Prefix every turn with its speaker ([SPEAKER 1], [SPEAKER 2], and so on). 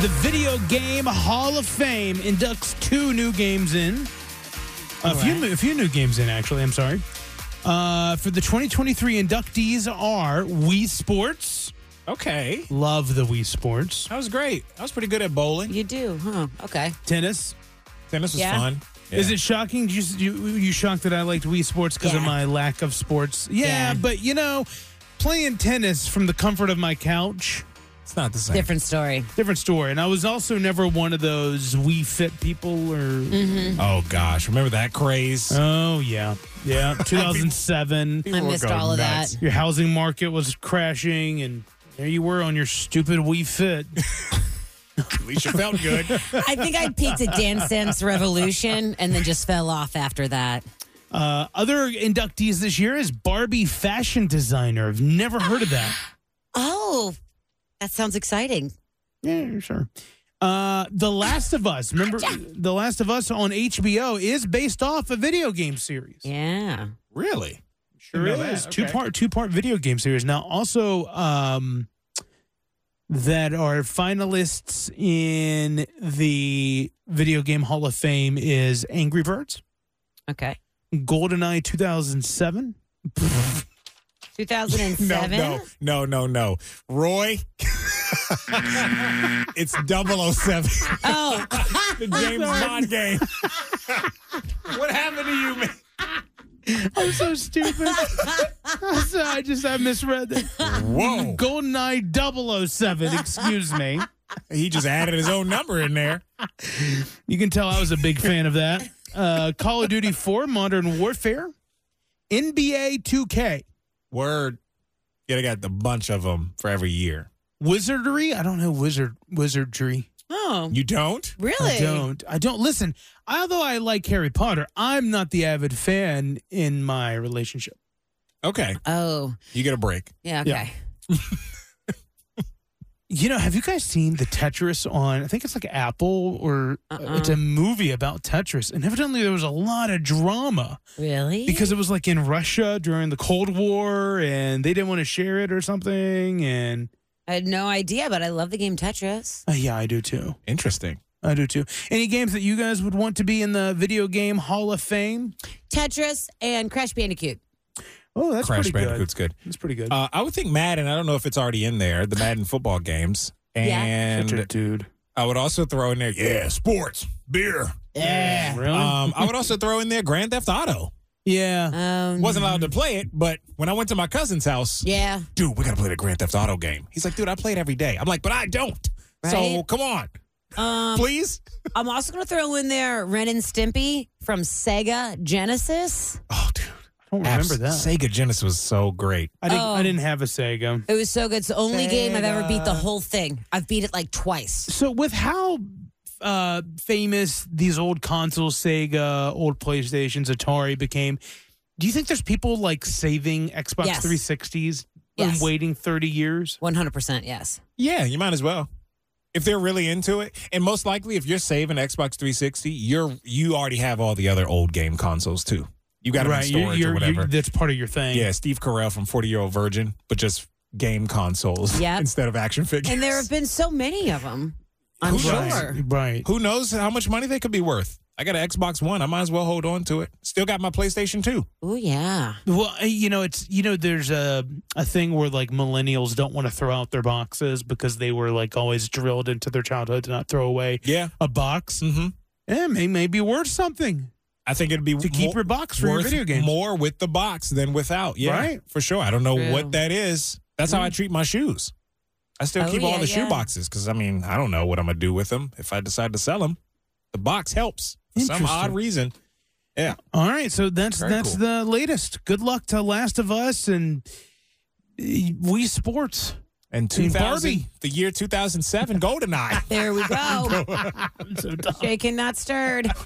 [SPEAKER 1] The Video Game Hall of Fame inducts two new games in. A few, a few new games in, actually. I'm sorry. Uh, for the 2023 inductees are Wii Sports.
[SPEAKER 2] Okay.
[SPEAKER 1] Love the Wii Sports.
[SPEAKER 2] That was great. I was pretty good at bowling.
[SPEAKER 3] You do, huh? Okay.
[SPEAKER 1] Tennis.
[SPEAKER 2] Tennis was
[SPEAKER 3] Yeah.
[SPEAKER 2] fun.
[SPEAKER 1] Is
[SPEAKER 2] Yeah.
[SPEAKER 1] it shocking? You, you, you shocked that I liked Wii Sports because of
[SPEAKER 3] Yeah.
[SPEAKER 1] my lack of sports? yeah,
[SPEAKER 3] Yeah.
[SPEAKER 1] but you know, playing tennis from the comfort of my couch.
[SPEAKER 2] It's not the same.
[SPEAKER 3] Different story.
[SPEAKER 1] different story. And I was also never one of those we fit people or.
[SPEAKER 2] Oh gosh, remember that craze?
[SPEAKER 1] Oh yeah, yeah. 2007.
[SPEAKER 2] People
[SPEAKER 3] I
[SPEAKER 2] were
[SPEAKER 3] missed
[SPEAKER 2] going
[SPEAKER 3] all of
[SPEAKER 2] nuts.
[SPEAKER 3] that.
[SPEAKER 1] your housing market was crashing, and there you were on your stupid we fit.
[SPEAKER 2] At least you felt good.
[SPEAKER 3] I think I peaked at Dance Dance Revolution and then just fell off after that.
[SPEAKER 1] Uh, other inductees this year is Barbie fashion designer. I've never heard of that.
[SPEAKER 3] Oh, that sounds exciting.
[SPEAKER 1] Yeah, sure. Uh, the Last of Us. Remember, The Last of Us on HBO is based off a video game series.
[SPEAKER 3] Yeah.
[SPEAKER 2] really?
[SPEAKER 1] Sure
[SPEAKER 2] Didn't know
[SPEAKER 1] is.
[SPEAKER 2] that.
[SPEAKER 1] Two
[SPEAKER 2] Okay.
[SPEAKER 1] part two part video game series. Now also um that are finalists in the video game hall of fame is Angry Birds,
[SPEAKER 3] Okay.
[SPEAKER 1] GoldenEye 2007.
[SPEAKER 3] 2007.
[SPEAKER 2] No, no, no, no, no. Roy. it's 007.
[SPEAKER 3] Oh,
[SPEAKER 2] the James Bond game. what happened to you, man?
[SPEAKER 1] I'm so stupid. I'm so- I just I misread that.
[SPEAKER 2] Whoa.
[SPEAKER 1] GoldenEye 007, excuse me.
[SPEAKER 2] He just added his own number in there.
[SPEAKER 1] You can tell I was a big fan of that. Uh, Call of Duty 4 Modern Warfare, NBA 2K.
[SPEAKER 2] Word. Yeah, they got a bunch of them for every year.
[SPEAKER 1] Wizardry? I don't know wizard wizardry.
[SPEAKER 3] oh,
[SPEAKER 2] You don't?
[SPEAKER 3] really?
[SPEAKER 1] I don't. I don't listen. Although I like Harry Potter, I'm not the avid fan in my relationship.
[SPEAKER 2] Okay.
[SPEAKER 3] Oh,
[SPEAKER 2] You get a break.
[SPEAKER 3] yeah. Okay.
[SPEAKER 1] Yeah. You know, have you guys seen the Tetris on? I think it's like Apple or
[SPEAKER 3] Uh-uh.
[SPEAKER 1] it's a movie about Tetris, and evidently there was a lot of drama
[SPEAKER 3] Really?
[SPEAKER 1] because it was like in Russia during the Cold War, and they didn't want to share it or something. And
[SPEAKER 3] I had no idea, but I love the game Tetris.
[SPEAKER 1] uh, yeah, I do too.
[SPEAKER 2] Interesting.
[SPEAKER 1] I do too. Any games that you guys would want to be in the video game Hall of Fame?
[SPEAKER 3] Tetris and Crash Bandicoot.
[SPEAKER 1] Oh, that's
[SPEAKER 2] Crash
[SPEAKER 1] pretty
[SPEAKER 2] Bandicoot's
[SPEAKER 1] good.
[SPEAKER 2] good.
[SPEAKER 1] That's pretty good.
[SPEAKER 2] Uh, I would think Madden. I don't know if it's already in there. The Madden football games.
[SPEAKER 3] Yeah.
[SPEAKER 2] And
[SPEAKER 1] Such a dude.
[SPEAKER 2] I would also throw in there, yeah, sports, beer.
[SPEAKER 3] Yeah.
[SPEAKER 1] Really?
[SPEAKER 2] Um, I would also throw in there Grand Theft Auto.
[SPEAKER 1] yeah.
[SPEAKER 3] Um,
[SPEAKER 2] Wasn't allowed to play it, but when I went to my cousin's house,
[SPEAKER 3] Yeah.
[SPEAKER 2] dude, we gotta play the Grand Theft Auto game. He's like, dude, I play it every day. I'm like, but I don't. So
[SPEAKER 3] Right?
[SPEAKER 2] come on,
[SPEAKER 3] Um,
[SPEAKER 2] please.
[SPEAKER 3] I'm also going to throw in there Ren and Stimpy from Sega Genesis.
[SPEAKER 2] Oh, dude,
[SPEAKER 1] I don't remember that.
[SPEAKER 2] Sega Genesis was so great.
[SPEAKER 1] I didn't. I
[SPEAKER 3] Oh.
[SPEAKER 1] didn't have a Sega.
[SPEAKER 3] It was so good. It's the only game I've ever beat the
[SPEAKER 2] Sega.
[SPEAKER 3] whole thing. I've beat it like twice.
[SPEAKER 1] So with how uh, famous these old consoles, Sega, old PlayStations, Atari became, do you think there's people like saving Xbox
[SPEAKER 3] Yes.
[SPEAKER 1] 360s and
[SPEAKER 3] Yes.
[SPEAKER 1] waiting 30 years?
[SPEAKER 3] 100% yes.
[SPEAKER 2] Yeah, you might as well. If they're really into it, and most likely, if you're saving Xbox 360, you're you already have all the other old game consoles too. You got them in
[SPEAKER 1] right,
[SPEAKER 2] storage
[SPEAKER 1] you're-
[SPEAKER 2] or
[SPEAKER 1] you're-
[SPEAKER 2] whatever.
[SPEAKER 1] that's part of your thing.
[SPEAKER 2] yeah, Steve Carell from 40 Year Old Virgin, but just game consoles
[SPEAKER 3] Yep.
[SPEAKER 2] instead of action figures.
[SPEAKER 3] And there have been so many of them. I'm
[SPEAKER 2] Who knows?
[SPEAKER 3] sure.
[SPEAKER 1] Right.
[SPEAKER 2] Who knows how much money they could be worth? I got an Xbox One. I might as well hold on to it. Still got my PlayStation 2.
[SPEAKER 3] Oh, yeah.
[SPEAKER 1] Well, uh, you know, it's you know, there's a a thing where like millennials don't want to throw out their boxes because they were like always drilled into their childhood to not throw away
[SPEAKER 2] Yeah.
[SPEAKER 1] a box.
[SPEAKER 2] Mm-hmm.
[SPEAKER 1] Yeah, may may be worth something.
[SPEAKER 2] I think it'd be
[SPEAKER 1] to keep
[SPEAKER 2] more,
[SPEAKER 1] your box for your
[SPEAKER 2] worth
[SPEAKER 1] video games.
[SPEAKER 2] more with the box than without. Yeah,
[SPEAKER 1] Right. Mm.
[SPEAKER 2] for sure. I don't know
[SPEAKER 3] True.
[SPEAKER 2] what that is. That's how I treat my shoes. I still
[SPEAKER 3] Oh,
[SPEAKER 2] keep all
[SPEAKER 3] yeah,
[SPEAKER 2] the shoe
[SPEAKER 3] yeah.
[SPEAKER 2] boxes because I mean I don't know what I'm gonna do with them if I decide to sell them. The box helps for some
[SPEAKER 1] Interesting.
[SPEAKER 2] odd reason. Yeah,
[SPEAKER 1] All right, so that's
[SPEAKER 2] Very
[SPEAKER 1] that's
[SPEAKER 2] cool.
[SPEAKER 1] the latest. Good luck to Last of Us and uh, Wii Sports.
[SPEAKER 2] and
[SPEAKER 1] Team
[SPEAKER 2] 2000,
[SPEAKER 1] Barbie.
[SPEAKER 2] the year 2007, GoldenEye.
[SPEAKER 3] There we go.
[SPEAKER 1] I'm so dumb.
[SPEAKER 3] Shaken, not stirred.